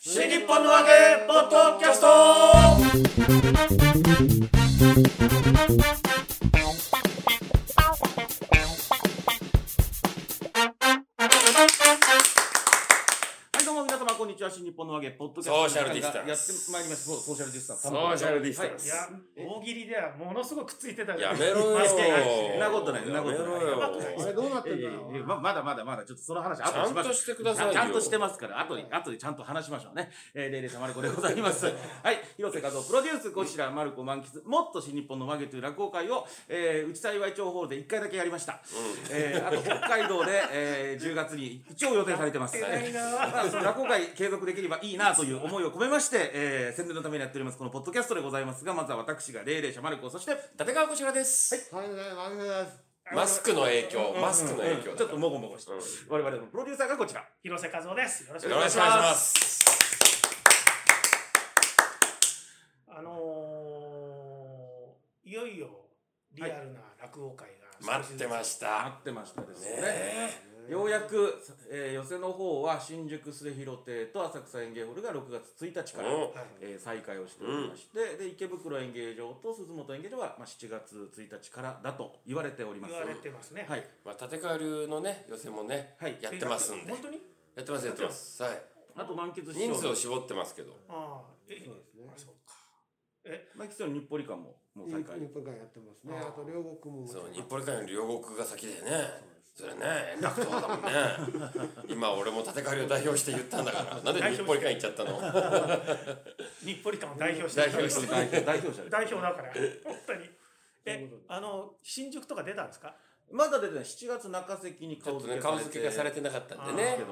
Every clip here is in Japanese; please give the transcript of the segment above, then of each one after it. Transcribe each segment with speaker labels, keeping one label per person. Speaker 1: 新日本のわけポッドキャストはい、どうも皆様、こんにちは。新日本のわけ、ポッドキャスト。
Speaker 2: ソーシャルディスタンス
Speaker 1: やってまいります。そうソーシャルディスタンス。
Speaker 2: ソーシャルディスタン
Speaker 3: い
Speaker 2: ス
Speaker 3: や、大喜利ではものすごくくっついてたから
Speaker 2: やめろよ
Speaker 3: マスク外して
Speaker 1: そんなことない、そんなことない。
Speaker 2: や
Speaker 3: めろよ
Speaker 1: あれどうなってんだろうええええままだまだまだ、ちょっとその話、後
Speaker 2: ちゃ
Speaker 1: にし
Speaker 2: ん
Speaker 1: ましょ
Speaker 2: と
Speaker 1: う。
Speaker 2: してくださいよ。
Speaker 1: ちゃんとしてますから、後に、後でちゃんと話しましょうね。えー、レイレイ様でこれございます。 はい、広瀬和夫プロデュース、こちら、マルコ満喫、もっと新日本のマゲという落語会を、えー、内幸町ホールで1回だけやりました。えー、あと北海道で、えー、10月に一応予定されてます。
Speaker 3: やってないなぁ
Speaker 1: まあ、その落語会継続できればいいなという思いを込めまして、えー、宣伝のためにやっております、このポッドキャストでございますが、まずは私がレイレイシャマルコ、そして、
Speaker 2: 立川こちらです。
Speaker 4: はい、マグです。
Speaker 2: マスクの影響、マスクの影響。
Speaker 1: ちょっともごもごして、
Speaker 2: うん
Speaker 1: 我々のプロデューサーがこちら。
Speaker 3: 広瀬和夫です。よろしく
Speaker 2: よ
Speaker 3: お
Speaker 2: ろ
Speaker 3: 願い
Speaker 2: し
Speaker 3: し
Speaker 2: くお願い
Speaker 3: ま
Speaker 2: し
Speaker 3: す。
Speaker 2: ます。
Speaker 3: あのー、いよいよリアルな落語会が
Speaker 2: 待ってま
Speaker 3: し
Speaker 2: した。
Speaker 1: 待ってましたです
Speaker 2: ね
Speaker 1: ね。
Speaker 2: え。
Speaker 1: ようやく、えー、寄せの方は新宿末広亭と浅草演芸ホールが6月1日から、
Speaker 2: うん
Speaker 3: た。はい。
Speaker 1: えー再開をしておりまして、で池袋演芸場と鈴本演芸場は、まあ、7月1日からだと言われております。
Speaker 3: 言われてますね。
Speaker 1: はい
Speaker 2: まあ立川流のね予選もね
Speaker 1: はい
Speaker 2: やってますんで。
Speaker 3: 本当に？
Speaker 2: やってますやってます。はい。
Speaker 1: あと満喫師匠
Speaker 2: 人
Speaker 1: の
Speaker 2: 数を絞ってますけど。
Speaker 3: ああ、え、
Speaker 4: そうですね
Speaker 3: あそうか。
Speaker 1: 満喫師匠の日暮里館ももう再開
Speaker 4: 日本からやってますね。
Speaker 3: あー
Speaker 4: あと両国も。
Speaker 2: そう日暮里界の両国が先でね。それね、円楽とかだもんね。 今俺も立川流を代表して言ったんだから。なんで日暮里館行っちゃったの？
Speaker 3: 日暮里館を代表して
Speaker 2: 代表して
Speaker 1: 代表代表者です
Speaker 3: 代表だから本当に。
Speaker 4: そうい
Speaker 3: え
Speaker 4: うことで、
Speaker 3: あの新宿とか出たんですか？
Speaker 1: まだ出てない7月中関に
Speaker 2: ち
Speaker 1: 顔
Speaker 2: ょっと
Speaker 1: 付
Speaker 2: ね
Speaker 1: け
Speaker 2: 顔付けがされ
Speaker 1: て
Speaker 2: てなかったんで
Speaker 1: です
Speaker 2: ね
Speaker 1: け。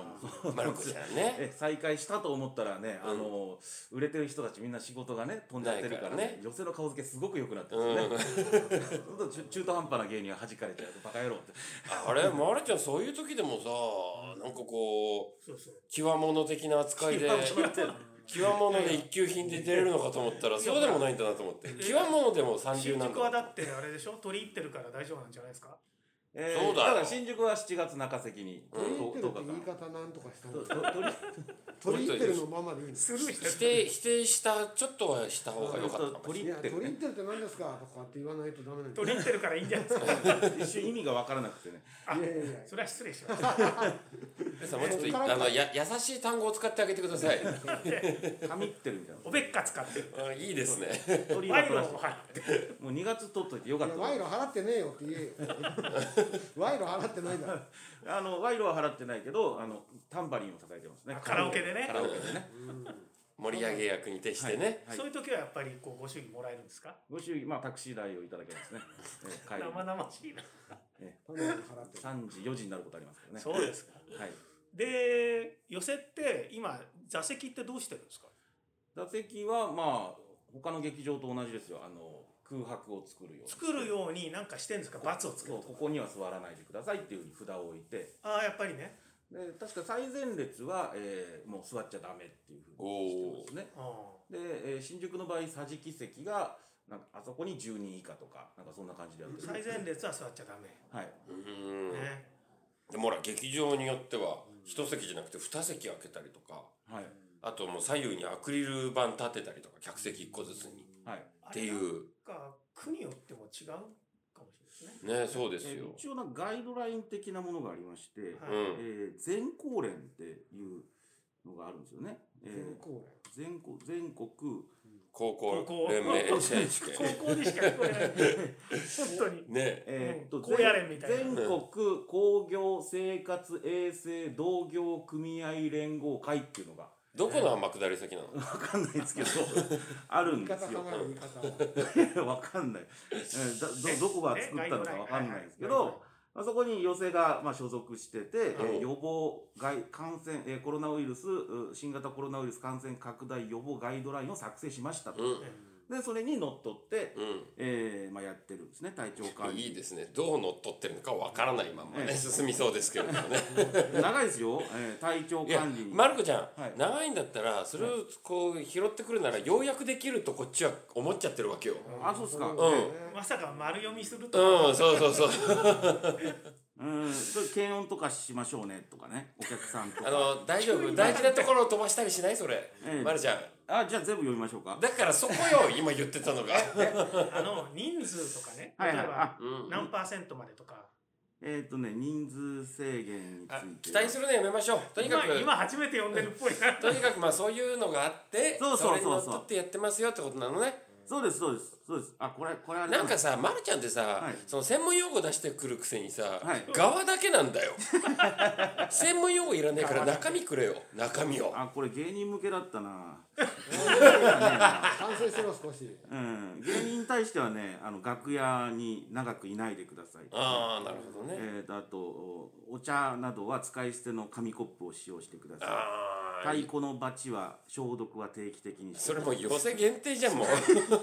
Speaker 1: ども
Speaker 2: マルコちゃんね。
Speaker 1: え再開したと思ったらね、
Speaker 2: うん
Speaker 1: あの売れてる人たちみんな仕事がね飛んじゃってるからね
Speaker 2: ないからね
Speaker 1: 女性の顔付けすごく良くなってますよね、
Speaker 2: うん。
Speaker 1: そうすると中途半端な芸人は弾かれちゃうとバカ野郎って
Speaker 2: あれ、まるちゃん、そういう時でもさ、なんかこう、
Speaker 3: そうそう。
Speaker 2: 極物的な扱いで、極物で一級品で出れるのかと思ったら、そうでもないんだなと思って。極物でも三流
Speaker 3: 新
Speaker 2: なん
Speaker 3: 宿はだ
Speaker 2: だ。
Speaker 3: ってあれでしょ？取り入ってるから大丈夫なんじゃないですか？
Speaker 1: え
Speaker 2: そうだよ
Speaker 1: から新宿は7月中関に
Speaker 2: うん
Speaker 4: 取り入ってる
Speaker 1: と
Speaker 4: って
Speaker 1: と
Speaker 4: 言い方なんとかしたの
Speaker 1: と。ととり
Speaker 4: 取り入ってるのままでいいんです。
Speaker 3: スルーして
Speaker 2: 否 定、否定した、ちょっとはした方が良かったかもし
Speaker 1: 取
Speaker 2: れ
Speaker 1: り
Speaker 4: いや、
Speaker 1: 入って
Speaker 4: 取
Speaker 1: る
Speaker 4: り入っ
Speaker 1: ね
Speaker 4: てるって何ですかとかって言わないとダメなんです。
Speaker 3: 取り入ってるからいいんじゃないですか？
Speaker 1: 一瞬意味が分からなくてね
Speaker 3: あ
Speaker 4: いやいやいや。
Speaker 3: それは失礼しました。
Speaker 2: ない。さんもうちょっと、あの、や、優しい単語を使ってあげてください。
Speaker 1: 神ってるみたい
Speaker 3: おべっか使ってる。
Speaker 2: あいい ですね。
Speaker 1: な取り
Speaker 3: 賄
Speaker 1: 入
Speaker 3: 賂
Speaker 1: れ
Speaker 3: を
Speaker 1: ました
Speaker 3: 払って。
Speaker 1: もう2月取っといてよ
Speaker 4: い
Speaker 1: かっ
Speaker 4: や
Speaker 1: た
Speaker 4: 賄賂払ってねえよって言えよ。賄賂払ってないだろ。
Speaker 1: あの賄賂は払ってないけどあのタンバリンを叩いてますね
Speaker 3: カラオケでね
Speaker 1: カラオケでね
Speaker 2: 盛り上げ役に徹してね。
Speaker 1: はい
Speaker 3: そういう時はやっぱりこうご祝儀もらえるんですか。
Speaker 1: ご祝儀まあタクシー代をいただけますね、えー帰りに
Speaker 3: 生々しいな。
Speaker 4: 賄賂払ってる。
Speaker 1: 3時4時になることありますけどね
Speaker 3: そうですか。
Speaker 1: はい
Speaker 3: で、寄せって今座席ってどうしてるんですか。
Speaker 1: 座席はまあ他の劇場と同じですよあの空白を作るように
Speaker 3: 作るようになんかしてるんですか。罰をつけ
Speaker 1: そ
Speaker 3: る
Speaker 1: う
Speaker 3: と
Speaker 1: こ
Speaker 3: か。
Speaker 1: こには座らないでくださいっていうふうに札を置いて
Speaker 3: ああやっぱりね。
Speaker 1: で確か最前列は、えーもう座っちゃダメっていうふうにしてますね
Speaker 3: あ
Speaker 1: で、えー新宿の場合桟敷席がなんかあそこに10人以下とかなんかそんな感じでやって
Speaker 3: ー
Speaker 1: る
Speaker 3: 最前列は座っちゃダメ。
Speaker 1: はい、
Speaker 2: うん。
Speaker 3: ね。
Speaker 2: でもほら、劇場によっては、一席じゃなくて二席開けたりとか、
Speaker 1: はい
Speaker 2: あともう左右にアクリル板立てたりとか、客席一個ずつに。
Speaker 1: はい
Speaker 2: ってい
Speaker 3: あれなん
Speaker 2: う。
Speaker 3: か国によっても違うかもしれないですね。
Speaker 2: ね、そうです
Speaker 1: えー
Speaker 2: よ。
Speaker 1: 一応なんかガイドライン的なものがありまして、
Speaker 3: は
Speaker 2: う
Speaker 3: い。
Speaker 2: ん。
Speaker 1: えー全公連っていうのがあるんですよね、え
Speaker 4: 全
Speaker 1: ー
Speaker 4: 公
Speaker 1: 全国全国
Speaker 2: 高
Speaker 3: 高校
Speaker 2: 校連盟選手 権。
Speaker 3: 高校でしか聞こえない。本当に。
Speaker 2: ね。
Speaker 1: えーっと
Speaker 3: 高野連みたいな
Speaker 1: 全全国工業生活衛生同業組合連合会っていうのが
Speaker 2: どこの天下り先なの
Speaker 1: わかんないですけどある
Speaker 4: 連。
Speaker 1: んで
Speaker 4: 言い方
Speaker 1: す
Speaker 4: 考
Speaker 1: よ
Speaker 4: える言い方は。
Speaker 1: わかんない、えーだどどこが作ったのかわかんないですけど、まあ、そこに寄せがまあ所属してて、えー
Speaker 2: うん
Speaker 1: 予防外感染、えーコロナウイルスう新型コロナウイルス感染拡大予防ガイドラインを作成しました
Speaker 2: う
Speaker 1: と、
Speaker 2: ん。
Speaker 1: でそれにのっとって、
Speaker 2: う
Speaker 1: えーまあ、やってるんですね体調管
Speaker 2: ん。
Speaker 1: 理
Speaker 2: いいですね。どう乗っ取ってるのかわからないまんま
Speaker 1: ええ
Speaker 2: ね、進みそうですけれどもね。
Speaker 1: 長いですよ、えー体調
Speaker 2: いや
Speaker 1: 管理、に
Speaker 2: マルコちゃ
Speaker 1: はい
Speaker 2: ん、長いんだったら、それをこう拾ってくるなら、ようやくできるとこっちは思っちゃってるわけよ。
Speaker 1: あそうっすか
Speaker 4: ん
Speaker 3: まさか丸読みするとか。
Speaker 2: うん、そうそうそう。
Speaker 1: ううん、それ検温とかしましょうねとかね、お客さんとか。
Speaker 2: あの大丈夫大事なところを飛ばしたりしないそれ、
Speaker 1: ええ
Speaker 2: まるちゃん
Speaker 1: あ、じゃあ全部読みましょうか。
Speaker 2: だからそこよ今言ってたのが
Speaker 3: あの人数とかね
Speaker 1: はい
Speaker 3: 例
Speaker 1: はい
Speaker 3: えば
Speaker 2: うん
Speaker 3: 何パーセントまでとか
Speaker 1: えっ、とね、人数制限につ
Speaker 2: あ
Speaker 1: い
Speaker 2: 期
Speaker 1: ては。
Speaker 2: 待するのやめましょうとにか
Speaker 3: 今
Speaker 2: く
Speaker 3: 今初めて呼んでるっぽいな
Speaker 2: とにかくまあそういうのがあって
Speaker 1: そうそうそうそう
Speaker 2: れにのっとってやってますよってことなのね
Speaker 1: そうです、そうです、そうです。あ、これ、これあれ
Speaker 2: なんかさ、ま、るちゃんってさ、
Speaker 1: い
Speaker 2: その専門用語出してくるくせにさ、
Speaker 1: はい
Speaker 2: 側だけな んだよ専門用語いらないから中身くれよ中身を
Speaker 1: あ、これ芸人向けだったな。
Speaker 4: 反省しろ少し
Speaker 1: うん、芸人に対してはね、あの楽屋に長くいないでください。
Speaker 2: ああなるほどね、
Speaker 1: えー、とあとおお茶などは使い捨ての紙コップを使用してくださ
Speaker 2: あ
Speaker 1: い
Speaker 2: あ
Speaker 1: 太鼓のバチは消毒は定期的にして
Speaker 2: それもう寄せ限定じゃんもう
Speaker 3: 全然いいん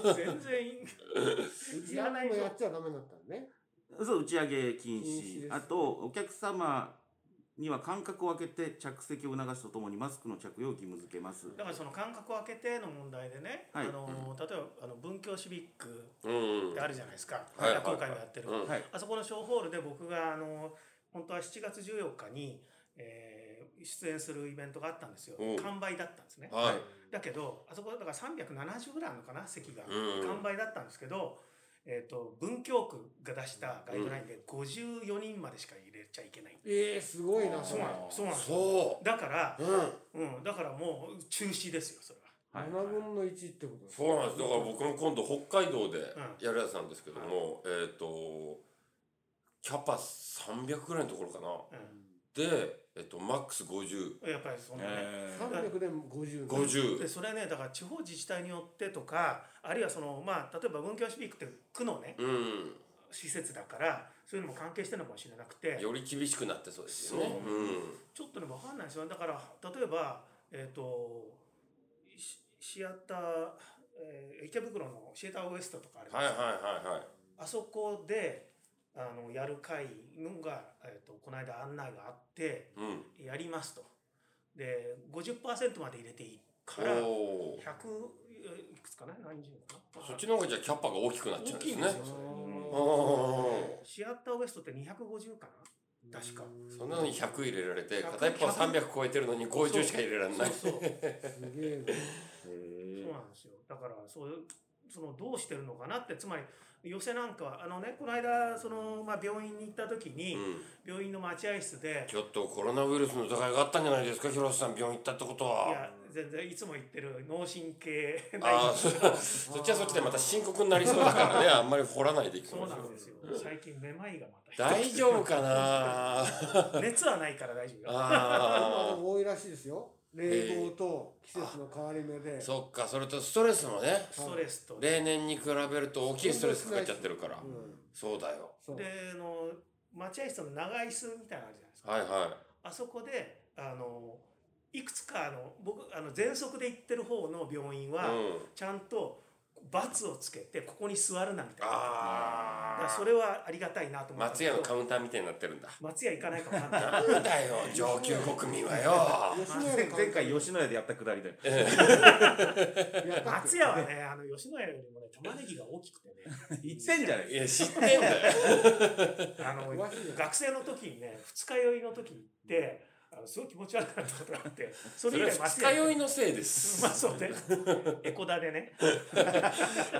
Speaker 3: だ
Speaker 4: うちらもやっちゃダメだったのね
Speaker 1: そう打ち上げ禁
Speaker 4: 禁
Speaker 1: 止
Speaker 4: 止です
Speaker 1: あとお客様には間隔を空けて着席を促すとともにマスクの着用を義務付けます
Speaker 3: だからその間隔を空けての問題でね、
Speaker 1: はい
Speaker 3: あの例えばあの文教シビック
Speaker 2: うん
Speaker 3: ってあるじゃないですか、
Speaker 2: はい
Speaker 3: 落語会をやってる、
Speaker 2: うん
Speaker 1: はい
Speaker 3: あそこの小ホールで僕があの本当は7月14日に、えー出演するイベントがあったんですよ
Speaker 2: おう
Speaker 3: 完売だったんですね
Speaker 2: はい
Speaker 3: だけどあそこだから370ぐらいあるのかな席が
Speaker 2: うん
Speaker 3: 完売だったんですけど、えー、と文京区が出したガイドラインで54人までしか入れちゃいけない、
Speaker 4: えー、すごいな
Speaker 3: そうなのそうなの
Speaker 2: そ
Speaker 3: だから
Speaker 2: う、うん、
Speaker 3: うん、だからもう中止ですよそれは。
Speaker 1: はい
Speaker 4: 7分の1ってことです
Speaker 2: そうなんですだから僕も今度北海道で
Speaker 3: ん
Speaker 2: やるやつなんですけども、えっ、とキャパ300ぐらいのところかなで、えっと、マックス5050
Speaker 3: うん、やっぱりそんなね、
Speaker 1: えー
Speaker 4: 300でも50
Speaker 2: 50
Speaker 3: でそれはねだから地方自治体によってとかあるいはそのまあ例えば文教シビックって区のね
Speaker 2: うん
Speaker 3: 施設だからそういうのも関係してるのかもしれなくて
Speaker 2: より厳しくなってそうですよね
Speaker 3: そうちょっとね分かんないですよだから例えばえっ、とシシアター、えー池袋のシアターウエストとかあり
Speaker 2: うん、は
Speaker 3: ま
Speaker 2: い
Speaker 3: す、
Speaker 2: はいはいはい
Speaker 3: あそこであのやる会のが、えー、とこの間案内があって
Speaker 2: うん
Speaker 3: やりますとで50%まで入れていいから100
Speaker 2: おー
Speaker 3: いくつかな何十かな
Speaker 2: そっちの方がじゃあキャパが大きくなっちゃうん
Speaker 3: 大
Speaker 2: で
Speaker 3: きい
Speaker 2: す
Speaker 3: ん
Speaker 2: ね
Speaker 3: ですよ、それ
Speaker 2: あ
Speaker 4: う
Speaker 2: ー
Speaker 3: シアターウエストって250かな確か
Speaker 2: そんなのに100入れられて
Speaker 3: 100
Speaker 2: 片一方300超えてるのに50しか入れられない
Speaker 3: そう そ
Speaker 4: す
Speaker 3: う
Speaker 4: げえ
Speaker 3: そうなんですよだからそういうそのどうしてるのかなってつまり寄せなんかはあのねこの間その、まあ、病院に行った時に、
Speaker 2: うん
Speaker 3: 病院の待合室で
Speaker 2: ちょっとコロナウイルスの疑いがあったんじゃないですか広瀬さん病院行ったってこと
Speaker 3: い
Speaker 2: は
Speaker 3: や全然いつも言ってる脳神経
Speaker 2: ああ
Speaker 3: 内
Speaker 2: そ そっちはそっちでまた深刻になりそうだ からねあんまり掘らないでいき
Speaker 3: そう
Speaker 2: まし
Speaker 3: な
Speaker 2: ょ
Speaker 3: ん
Speaker 2: う
Speaker 3: ですよ最近めまいがまた
Speaker 2: 大丈夫かなあ
Speaker 3: 熱はないから大丈夫よ
Speaker 4: 今
Speaker 2: あ
Speaker 4: 多いらしいですよ冷房と季節の変わり目で
Speaker 2: そっかそれとストレスもね
Speaker 3: ストレスとで
Speaker 2: 例年に比べると大きいストレスかかっちゃってるから
Speaker 4: うん
Speaker 2: そうだよ
Speaker 4: そう
Speaker 3: あの待合室の長椅子みたいなのあるじゃないですか、
Speaker 2: はいは
Speaker 3: あそこであのいくつかあの僕あの喘息で行ってる方の病院は、
Speaker 2: いうん
Speaker 3: ちゃんとバツをつけてここに座るなみたいなだから
Speaker 2: あ
Speaker 3: そ
Speaker 2: あ
Speaker 3: れはありがたいなと思ったんだ
Speaker 2: 松
Speaker 3: けど
Speaker 2: 屋のカウンターみたいになってるんだ
Speaker 3: 松屋行かないかもわかんない
Speaker 2: なんだよ上級国民は よ
Speaker 4: 吉野家 の
Speaker 1: 前回吉野家でやったくだりだよ
Speaker 4: やったっけ
Speaker 3: 松屋はねあの吉野家よりもね玉ねぎが大き くて ね
Speaker 1: 言ってんじゃない
Speaker 2: いや知ってんだよ
Speaker 3: あの
Speaker 4: 詳しいね
Speaker 3: 学生の時にね二日酔いの時に行ってあのすごい気持ち悪くなったことが あって
Speaker 2: そ
Speaker 3: それ以
Speaker 2: れ
Speaker 3: 来
Speaker 2: 二
Speaker 3: 松
Speaker 2: 日
Speaker 3: 屋
Speaker 2: 酔い
Speaker 3: の
Speaker 2: のせいです
Speaker 3: まあそう ねエコダでね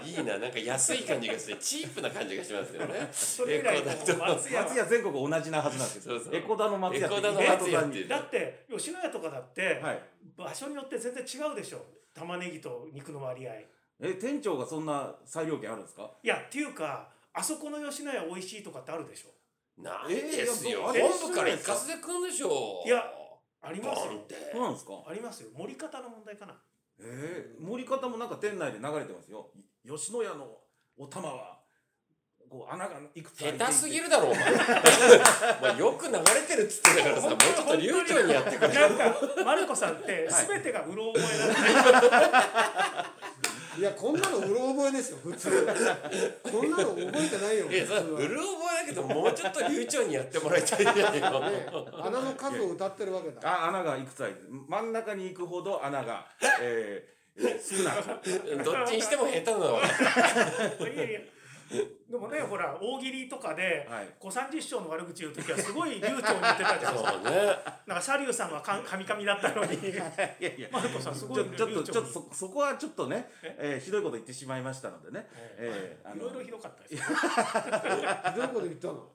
Speaker 2: いいななんか安い感じがしてチープな感じがします よね
Speaker 3: それ以来も
Speaker 2: エコダ
Speaker 3: う松屋は
Speaker 1: 松屋全国同じなはずなんですよ
Speaker 2: そうそう
Speaker 1: エコダの松屋
Speaker 2: エコダの
Speaker 1: イベン
Speaker 2: 松
Speaker 1: ト
Speaker 2: 屋
Speaker 1: さ
Speaker 2: っ
Speaker 1: ん
Speaker 2: て
Speaker 1: に
Speaker 2: いう
Speaker 3: だって吉野家とかだって、
Speaker 1: はい
Speaker 3: 場所によって全然違うでしょ玉ねぎと肉の割合
Speaker 1: え店長がそんな裁量権あるんですか
Speaker 3: いやっていうかあそこの吉野家美味しいとかってあるでしょ
Speaker 2: なんですよ
Speaker 1: えー
Speaker 2: 本部から一括で来るんでしょ
Speaker 3: いやあり
Speaker 2: ボ
Speaker 3: ます
Speaker 2: ン
Speaker 3: よ
Speaker 2: って
Speaker 1: そうなんですか
Speaker 3: ありますよ盛り方の問題 かな
Speaker 1: えー、盛り方もなんか店内で流れてますよい吉野家のお玉はこう穴がいくつ開いてい
Speaker 2: 下
Speaker 1: て
Speaker 2: 手すぎるだろ お前お前よく流れてるっつってたからさもうちょっと流暢にやってくれ
Speaker 3: なんかマルコさんって全てがうろ覚えなんだね
Speaker 4: いやこんなのうろ覚えですよ普通こんなの覚えてないよ
Speaker 2: いや
Speaker 4: 普
Speaker 2: それう
Speaker 4: 通
Speaker 2: る覚えだけどもうちょっと流暢にやってもらいたいじゃねえか
Speaker 4: はね穴の数を歌ってるわけ だ
Speaker 1: あ穴がいくつ開いて真ん中に行くほど穴が、えーえー少なく
Speaker 2: どっちにしても下手なのは
Speaker 3: これいやいやでもねほら大喜利とかで
Speaker 1: はい
Speaker 3: 小三治師匠の悪口言う時はすごい流暢に言ってたじゃないです
Speaker 2: そ
Speaker 3: か
Speaker 2: うね。
Speaker 3: なんかリュウさんはかんカミカミだったのに
Speaker 1: いやいや
Speaker 3: マルコさんすご
Speaker 1: ち
Speaker 3: い
Speaker 1: ょちょっと
Speaker 3: 流暢に
Speaker 1: ちょっとそそこはちょっとね、えーひどいこと言ってしまいましたのでね、えーあ
Speaker 3: い
Speaker 1: の
Speaker 3: ろいろひどかったですよ
Speaker 4: ひどいこと言ったの。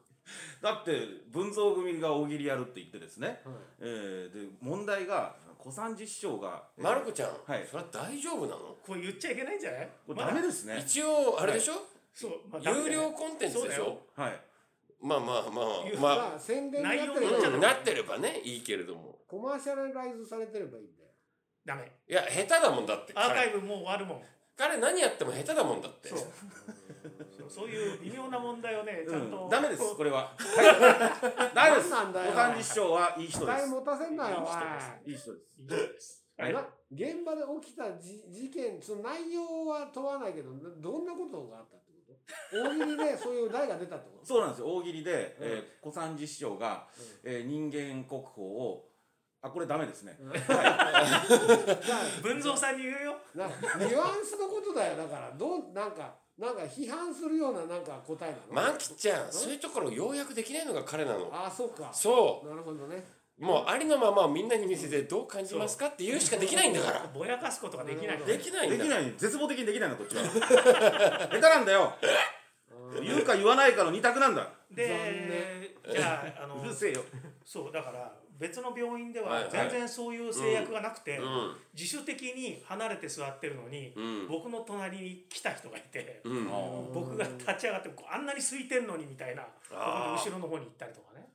Speaker 1: だって文蔵組が大喜利やるって言ってですね、
Speaker 4: はい
Speaker 1: えーで問題が小三治師匠が、えー
Speaker 2: マルコちゃん、
Speaker 1: はい
Speaker 2: それは大丈夫なの、
Speaker 3: これ言っちゃいけないんじゃない
Speaker 1: これダメです
Speaker 2: ね
Speaker 1: ね、
Speaker 2: 一応あれでしょ、
Speaker 3: そう、まあ
Speaker 2: 有料コンテンツ
Speaker 3: そう
Speaker 2: で
Speaker 3: だ
Speaker 2: しょ
Speaker 3: よ
Speaker 1: はい
Speaker 2: まあまあまあまあ、
Speaker 4: まあ宣伝になってれ
Speaker 3: 内容に
Speaker 4: ば
Speaker 3: ち
Speaker 2: う
Speaker 3: ょ
Speaker 2: ん、
Speaker 3: っ
Speaker 2: なってればねいいけれども
Speaker 4: コマーシャルライズされてればいいんだよ。
Speaker 3: ダメ
Speaker 2: いや下手だもんだって
Speaker 3: アーカイ
Speaker 2: 彼
Speaker 3: ブもう終わるもん
Speaker 2: 彼何やっても下手だもんだって
Speaker 3: そうそうそういう微妙な問題をねちゃんと、
Speaker 1: うん、ダメです
Speaker 3: こう
Speaker 1: これは、はい、ダメです
Speaker 4: なんなんだよ
Speaker 1: 小三治師匠はいい
Speaker 4: 期
Speaker 1: 人で
Speaker 4: 待
Speaker 1: す
Speaker 4: 持たせんなよ。お
Speaker 1: いい人です
Speaker 3: いいです
Speaker 4: い
Speaker 1: はい
Speaker 4: な現場で起きたじ事件、その内容は問わないけど、などんなことがあったってこと大喜利でそういう題が出たってこと
Speaker 1: そうなんですよ大喜利で、えー小三治師匠が、えー人間国宝をあこれダメですね、
Speaker 4: うん
Speaker 3: じゃあ文蔵さんに言うよ
Speaker 4: なニュアンスのことだよだからどうなんかなんか批判するようななんか答えなの、
Speaker 2: マンキちゃんそういうところをようやくできないのが彼なの
Speaker 4: ああそうか
Speaker 2: そ
Speaker 4: なるほどね
Speaker 2: うもうありのままをみんなに見せてどう感じますかって言うしかできないんだから
Speaker 3: ぼやかすことができない
Speaker 4: うん
Speaker 2: できないん
Speaker 1: で
Speaker 2: だ
Speaker 1: き
Speaker 2: から
Speaker 1: ない絶望的にできないのこ っちは下手なんだよ言うか言わないかの二択なんだ
Speaker 3: でじゃああの
Speaker 1: うるせえよ
Speaker 3: そうだから別の病院で
Speaker 2: はいは
Speaker 3: は
Speaker 2: い
Speaker 3: 全然そういう制約がなくて、
Speaker 2: うん
Speaker 3: 自主的に離れて座ってるのに、
Speaker 2: うん
Speaker 3: 僕の隣に来た人がいて、
Speaker 2: うんあ
Speaker 1: あ
Speaker 3: 僕が立ち上がってこうあんなに空いてんのにみたいな
Speaker 2: あー
Speaker 3: 後ろの方に行ったりとかね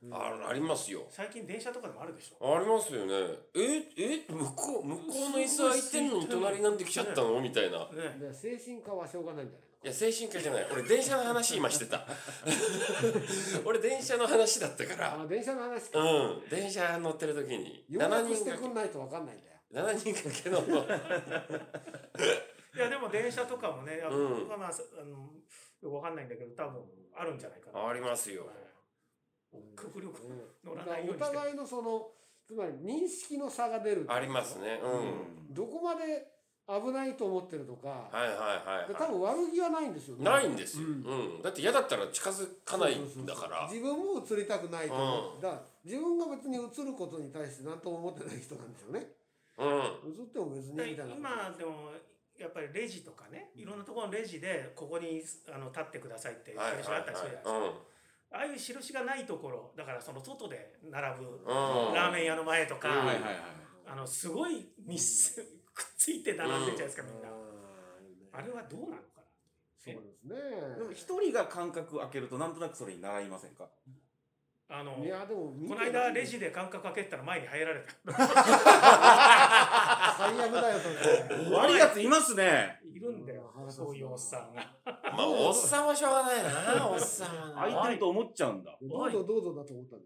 Speaker 2: ありますよ
Speaker 3: 最近電車とかでもあるでしょ
Speaker 2: ありますよねええ向こう向こうの椅子空いてんのに隣なんで来ちゃったのみたいな
Speaker 3: ね
Speaker 4: で精神科はしょうがないんじゃない
Speaker 2: いや精神科じゃない俺電車の話今してた 俺電車の話だったか
Speaker 4: の
Speaker 2: ら
Speaker 4: あ電車の話か
Speaker 2: うん電車乗ってる時に
Speaker 4: 要
Speaker 2: 7
Speaker 4: 約
Speaker 2: 人
Speaker 4: して
Speaker 2: 掛
Speaker 4: くんないとわかんないんだ
Speaker 2: け
Speaker 4: よ
Speaker 2: 7人掛けの
Speaker 3: いやでも電車とかもね、あの
Speaker 2: うん
Speaker 3: 僕はまあさあのよくわかんないんだけど多分あるんじゃないかな。
Speaker 2: ありますよ
Speaker 3: はい極力乗
Speaker 4: だ
Speaker 3: ら
Speaker 4: か
Speaker 3: な
Speaker 4: ら
Speaker 3: いよう
Speaker 4: お
Speaker 3: にしてる。
Speaker 4: 互いのそのつまり認識の差が出る
Speaker 2: ありますねうん、
Speaker 4: どこまで危ないと思ってるとか、
Speaker 2: はいはいはい、
Speaker 4: で
Speaker 2: は
Speaker 4: 多分悪気はないんですよ
Speaker 2: い、ないんですよ、
Speaker 4: う
Speaker 2: うんんだって嫌だったら近づかない
Speaker 4: そうそうそ
Speaker 2: ん
Speaker 4: う
Speaker 2: だから
Speaker 4: 自分も映りたくないと思う、だから自分が別に映ることに対して何とも思ってない人なんですよね
Speaker 2: うん
Speaker 4: 映っても別にみたい
Speaker 3: で
Speaker 4: なこと
Speaker 3: 今でもやっぱりレジとかね、いろんなところのレジでここにあの立ってくださいって
Speaker 2: はいはい
Speaker 3: 印があったりするじゃないですか。
Speaker 2: はい
Speaker 3: ああいう印がないところ、だからその外で並ぶ
Speaker 2: うん
Speaker 3: ラーメン屋の前とか、
Speaker 1: はいはいはい
Speaker 3: あのすごい密接くっついて並んでるじゃないですかみんな。
Speaker 4: あ
Speaker 3: あ
Speaker 4: ー
Speaker 3: れはどうなのか
Speaker 4: そうですね
Speaker 1: でも一人が間隔空けるとなんとなくそれに習いませんか
Speaker 3: な。あの
Speaker 4: いやでも
Speaker 3: この間レジで間隔空けてたら前に入られた。
Speaker 4: 最悪だよそれ
Speaker 1: 悪いやついますね
Speaker 3: いるんだよ
Speaker 4: う、ん
Speaker 3: そういうおっさんが。
Speaker 2: まあおっさんはしょうがないなおっさんは
Speaker 1: 空い
Speaker 2: な
Speaker 1: てると思っちゃうんだ
Speaker 4: どうぞどうぞだと思ったん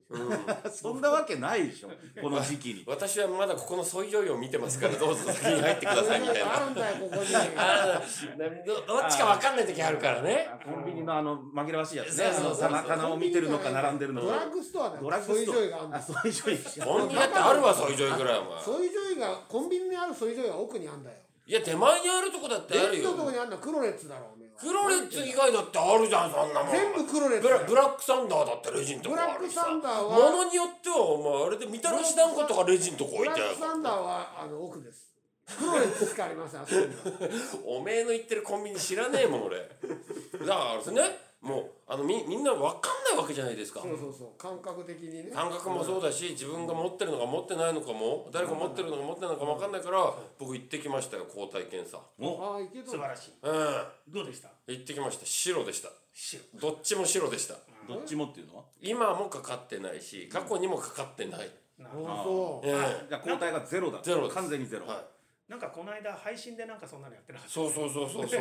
Speaker 4: ですよ
Speaker 2: うん
Speaker 1: そんなわけないでしょこの時期に
Speaker 2: 私はまだここのソイジョイを見てますからどうぞ先に入ってくださいみたいな
Speaker 4: あるんだよここに
Speaker 2: あーなどどっちか分かんない時あるからね
Speaker 1: あ コンビニのあの紛らわしいやつね
Speaker 2: そうそうそう
Speaker 1: あの棚 棚を見てるのか並んでるの
Speaker 4: ドラ
Speaker 1: か
Speaker 4: ッグストアだよ
Speaker 1: ドラッグストア
Speaker 4: ソイジョイがあるんだ
Speaker 1: あ
Speaker 4: よ
Speaker 1: そういう人いる
Speaker 2: コンビニだってあるわソイジョイぐらいはお前
Speaker 4: ソイジョイがコンビニにあるソイジョイが奥にあるんだよ
Speaker 2: いや手前にあるとこだってあ
Speaker 4: レ
Speaker 2: る
Speaker 4: ジのとこ
Speaker 2: よ
Speaker 4: にあるのは黒レッツだろおめえは
Speaker 2: クロレッツ以外だってあるじゃんそんなもん
Speaker 4: 全部黒レッツ
Speaker 2: ブ
Speaker 4: だ
Speaker 2: ラ
Speaker 4: よ
Speaker 2: ブラックサンダーだってレジンと
Speaker 4: ブ
Speaker 2: こ
Speaker 4: ラ
Speaker 2: あ
Speaker 4: ッ
Speaker 2: る
Speaker 4: ク
Speaker 2: しさ
Speaker 4: サンダー
Speaker 2: も
Speaker 4: は
Speaker 2: のによってはお前あれでみたらし団子とかレジンとこ
Speaker 4: ブ
Speaker 2: 置い
Speaker 4: ラ
Speaker 2: て
Speaker 4: ック
Speaker 2: あ
Speaker 4: サン
Speaker 2: る
Speaker 4: ダーはあの奥です。黒レッツしかありません。あそこ には
Speaker 2: おめえの言ってるコンビニ知らねえもん俺だからねもうあのみみんな分かんないわけじゃないですか
Speaker 4: そうそうそう感覚的にね。
Speaker 2: 感覚もそうだし自分が持ってるのか持ってないのかも誰か持ってるのか持ってないのかも分かんないから僕行ってきましたよ抗体検査
Speaker 1: お
Speaker 4: ああいけ
Speaker 3: 素晴
Speaker 4: ど。
Speaker 3: らしい。
Speaker 2: うん
Speaker 3: どうでした
Speaker 2: 行ってきました白でした
Speaker 3: 白。
Speaker 2: どっちも白でした
Speaker 1: どっちもっていうのは
Speaker 2: 今もかかってないし過去にもかかってない、
Speaker 3: な
Speaker 4: あそう。
Speaker 2: ええ
Speaker 1: じゃあ抗体がゼロだ
Speaker 2: ゼロです
Speaker 1: 完全にゼロ
Speaker 2: はい
Speaker 3: なんかこの間配信でなんかそんなのやってなかっ
Speaker 2: そうそうそうそうそ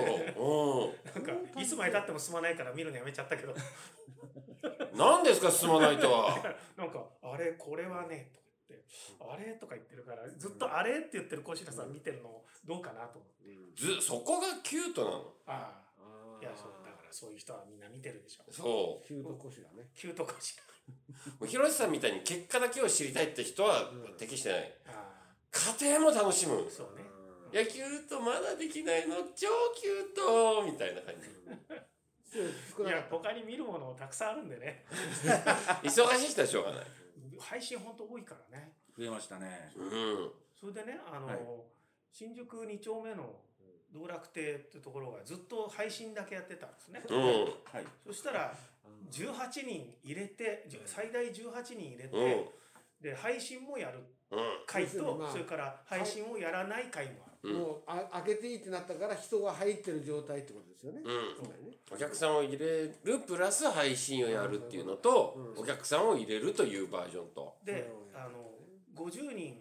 Speaker 2: う
Speaker 3: た。なんかいつまでたっても進まないから見るのやめちゃったけど、
Speaker 2: うん何ですか進まないとは
Speaker 3: なんかあれこれはねとか言って、あれとか言ってるからずっとあれって言ってる小白さん見てるのどうかなと思って。
Speaker 2: ずそこがキュートなの
Speaker 3: あ
Speaker 4: あ
Speaker 3: あ。
Speaker 4: ー
Speaker 3: いやそうだからそういう人はみんな見てるでしょ。
Speaker 2: そ
Speaker 4: キュートコシだね。
Speaker 3: キュート小白。
Speaker 2: う広瀬さんみたいに結果だけを知りたいって人は適してない
Speaker 3: あ
Speaker 2: 家庭も楽しむ
Speaker 3: あ。そうね。
Speaker 2: 野球とまだできないの超キュートみたいな感じ
Speaker 4: 少
Speaker 3: い
Speaker 4: なか
Speaker 3: や
Speaker 4: っ
Speaker 3: 他に見るものたくさんあるんでね
Speaker 2: 忙しい人はしょうがない。
Speaker 3: 配信本当多いからね
Speaker 1: 増えましたね。
Speaker 2: うん。
Speaker 3: それでねあの、
Speaker 1: はい
Speaker 3: 新宿2丁目の道楽亭ってところがずっと配信だけやってたんですね、
Speaker 2: うん。
Speaker 1: はい。
Speaker 3: そしたら
Speaker 4: た。
Speaker 3: 18人入れてじゅ最大18人入れ
Speaker 2: う
Speaker 3: て、
Speaker 2: ん。
Speaker 3: で配信もやる
Speaker 2: うん。
Speaker 3: 回
Speaker 4: 要する
Speaker 3: と、
Speaker 4: にまあ
Speaker 3: それから配信をやらない回もある、
Speaker 2: うん。
Speaker 4: もうあ開けていいってなったから人が入ってる状態ってことですよね。
Speaker 2: うん。
Speaker 4: つまりね
Speaker 2: お客さんを入れるプラス配信をやるっていうのと、
Speaker 4: うん
Speaker 2: お客さんを入れるというバージョンと。
Speaker 3: で
Speaker 4: うん
Speaker 3: あの50人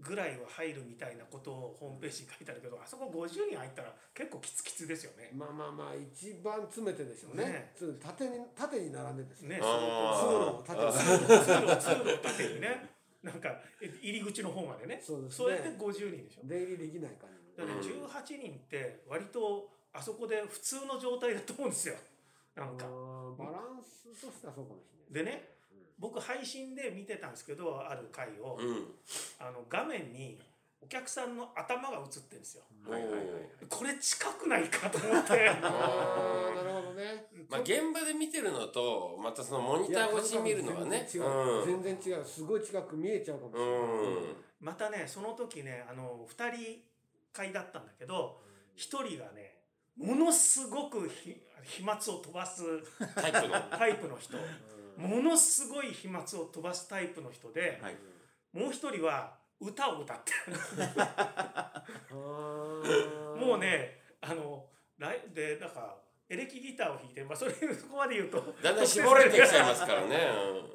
Speaker 3: ぐらいは入るみたいなことをホームページに書いてあるけどあそこ50人入ったら結構キツキツですよね。
Speaker 4: まあまあまあ一番詰めてでしょう
Speaker 3: ね
Speaker 4: ね。つ縦に縦に並んでですね。
Speaker 3: ね
Speaker 2: あー
Speaker 4: 通路を縦に。
Speaker 3: 通路通路を縦にねなんかえ入り口の方までね
Speaker 4: そうですね
Speaker 3: それで50人でしょ。
Speaker 4: 出入りできない感
Speaker 3: だからね
Speaker 2: うん
Speaker 3: 18人って割とあそこで普通の状態だと思うんですよなん
Speaker 4: じ。
Speaker 3: か
Speaker 4: あ。ーバランスとしてはそうかもしれない。
Speaker 3: でね僕配信で見てたんですけどある回を
Speaker 2: うん。
Speaker 3: あの画面にお客さんの頭が映ってるんですよ。
Speaker 1: はいはいはい。
Speaker 3: これ近くないかと思って。
Speaker 4: ああなるほどね。
Speaker 2: まあ現場で見てるのと、またそのモニター越しに見るのはね。
Speaker 4: いや
Speaker 2: うん。
Speaker 4: 全然違う。全然違う。すごい近く見えちゃうかもしれ
Speaker 2: う
Speaker 4: ない。
Speaker 2: ん。
Speaker 3: またねその時ねあの2人会だったんだけど1人がねものすごくひ飛沫を飛ばす
Speaker 2: タイプの。
Speaker 3: タイプの人
Speaker 4: うん
Speaker 3: ものすごい飛沫を飛ばすタイプの人で
Speaker 1: はい。
Speaker 3: もう1人は歌を歌って
Speaker 4: あー
Speaker 3: もう。ねあのライでなんかエレキギターを弾いて、まあ、それ そこまで言うと
Speaker 2: だんだん絞れてきちゃいますからね。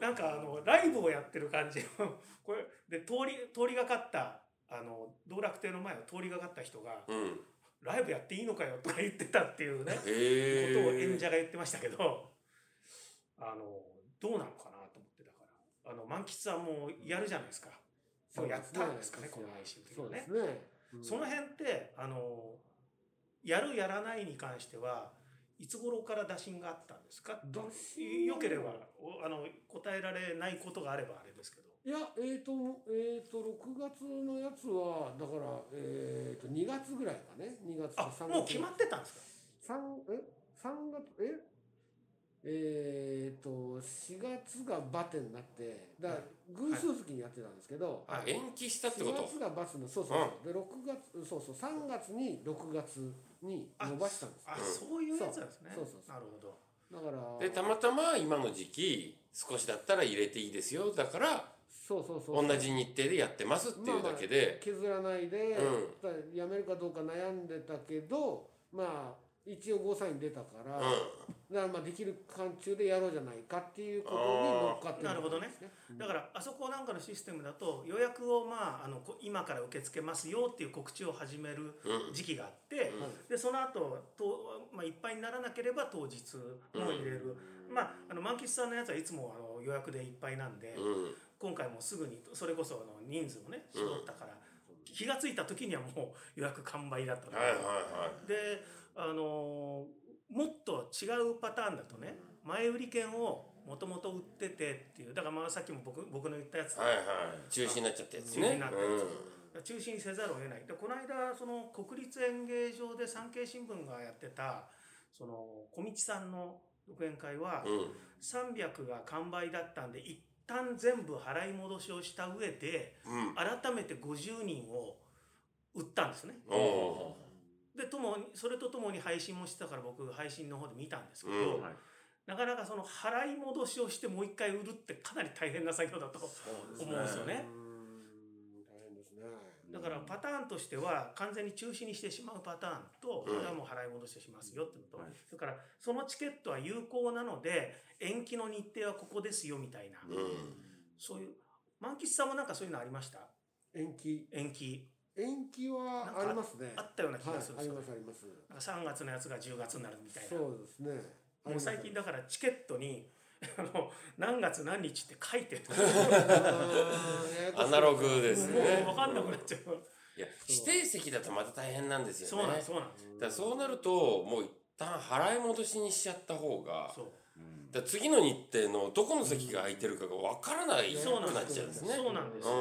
Speaker 3: なんかあのライブをやってる感じ のこれで通り通りがかったあの道楽亭の前を通りがかった人が
Speaker 2: うん。うん。
Speaker 3: 「ライブやっていいのかよ」とか言ってたっていうね
Speaker 2: へ
Speaker 3: ことを演
Speaker 2: え。
Speaker 3: 者が言ってましたけどあのどうなのかなと思ってだからあの満喫はもうやるじゃないですか、
Speaker 4: そう
Speaker 3: や
Speaker 4: で
Speaker 3: っ
Speaker 4: すね
Speaker 3: たんですかねこの配信っていう
Speaker 4: そ
Speaker 3: の
Speaker 4: う
Speaker 3: は
Speaker 4: で
Speaker 3: ね
Speaker 4: すね。うん
Speaker 3: その辺ってあのやるやらないに関してはいつ頃から打診があったんですか
Speaker 4: 打診
Speaker 3: よければおあの答えられないことがあればあれですけど。
Speaker 4: いや、えっ、と、えっ、と、六月のやつは、だから、えっ、と、二月ぐらいかね、二月
Speaker 3: あ
Speaker 4: か三月。
Speaker 3: もう決まってたんですか
Speaker 4: 三、え、三月、え。えっ、と、四月がバテになって、だから
Speaker 3: はい、
Speaker 4: 偶数月にやってたんですけど。
Speaker 2: あ、延期したって
Speaker 4: 四
Speaker 2: こと
Speaker 4: 月がバスの、そうそうそう、で、六月、そうそう、三月に、六月に伸ばしたんです。
Speaker 3: あ、
Speaker 2: うん
Speaker 3: そういうやつなんですね。
Speaker 4: そうそうそうそう
Speaker 3: なるほど。
Speaker 4: だから。
Speaker 2: で、たまたま今の時期、少しだったら入れていいですよ。だから、
Speaker 4: そうそうそう
Speaker 2: 同
Speaker 4: そう。
Speaker 2: じ日程でやってますっていうだけで。
Speaker 4: 削らないで、
Speaker 2: うん
Speaker 4: だからやめるかどうか悩んでたけどまあ一応5歳に出たから、だからまあできる間中でやろうじゃないかっていうことに乗っかって
Speaker 3: なるほどね
Speaker 4: んですね。
Speaker 3: だからあそこなんかのシステムだと予約をまああのこ今から受け付けますよっていう告知を始める
Speaker 2: うん。うん。
Speaker 3: 時期があって、
Speaker 2: うん
Speaker 4: はい
Speaker 3: でその後とまあいっぱいにならなければ当日も入れる。まああの満喫さんのやつはいつもあの予約でいっぱいなんで、
Speaker 2: うん。
Speaker 3: 今回もすぐにそれこそあの人数をね絞ったから、気がついた時にはもう予約完売だったので
Speaker 2: はいはいはい。
Speaker 3: であのーもっと違うパターンだとね前売り券をもともと売っててっていうだからまあさっきも僕僕の言ったやつ、
Speaker 2: はいはい。中止になっちゃったやつね。
Speaker 3: 中止になったや
Speaker 2: う
Speaker 3: つ
Speaker 2: ん
Speaker 3: 中心せざるを得ないでこの間その国立演芸場で産経新聞がやってたその小道さんの独演会は
Speaker 2: うん。
Speaker 3: 300が完売だったんで一旦全部払い戻しをした上で
Speaker 2: うん。
Speaker 3: 改めて50人を売ったんですね。
Speaker 2: おお
Speaker 3: でともにそれとともに配信もしてたから僕配信の方で見たんですけど、
Speaker 2: うん
Speaker 1: はい
Speaker 3: なかなかその払い戻しをしてもう一回売るってかなり大変な作業だと思うんですよね。
Speaker 4: うん大変ですね。
Speaker 3: だからパターンとしては完全に中止にしてしまうパターンと、
Speaker 2: うん
Speaker 3: これはもう払い戻してしますよってのと、
Speaker 1: はい
Speaker 3: それからそのチケットは有効なので延期の日程はここですよみたいな、
Speaker 2: うん。
Speaker 3: そういう満喫さんもなんかそういうのありました
Speaker 4: 延期
Speaker 3: 延期
Speaker 4: 延期はありますね。
Speaker 3: あったような気
Speaker 4: はい
Speaker 3: がするん
Speaker 4: あ
Speaker 3: で
Speaker 4: り
Speaker 3: すよ、
Speaker 4: ますあります。
Speaker 3: なんか3月のやつが10月になるみたいな。
Speaker 4: そうですね。
Speaker 3: もう最近だからチケットにあの何月何日って書いてる
Speaker 2: アナログです
Speaker 3: も
Speaker 2: ね
Speaker 3: う分かんなくなっちゃう、
Speaker 2: いや、指定席だとまた大変なんです
Speaker 3: そう
Speaker 2: よ
Speaker 3: なん
Speaker 2: ね。
Speaker 3: そうなんです
Speaker 2: だからそうなると、もう一旦払い戻しにしちゃった方が、
Speaker 3: そう
Speaker 1: うん
Speaker 2: だから次の日程のどこの席が空いてるかがわからないく
Speaker 3: そうなん
Speaker 2: なっ
Speaker 3: です
Speaker 2: ちゃ
Speaker 3: よ
Speaker 2: うんですね。
Speaker 3: そうなんです
Speaker 2: う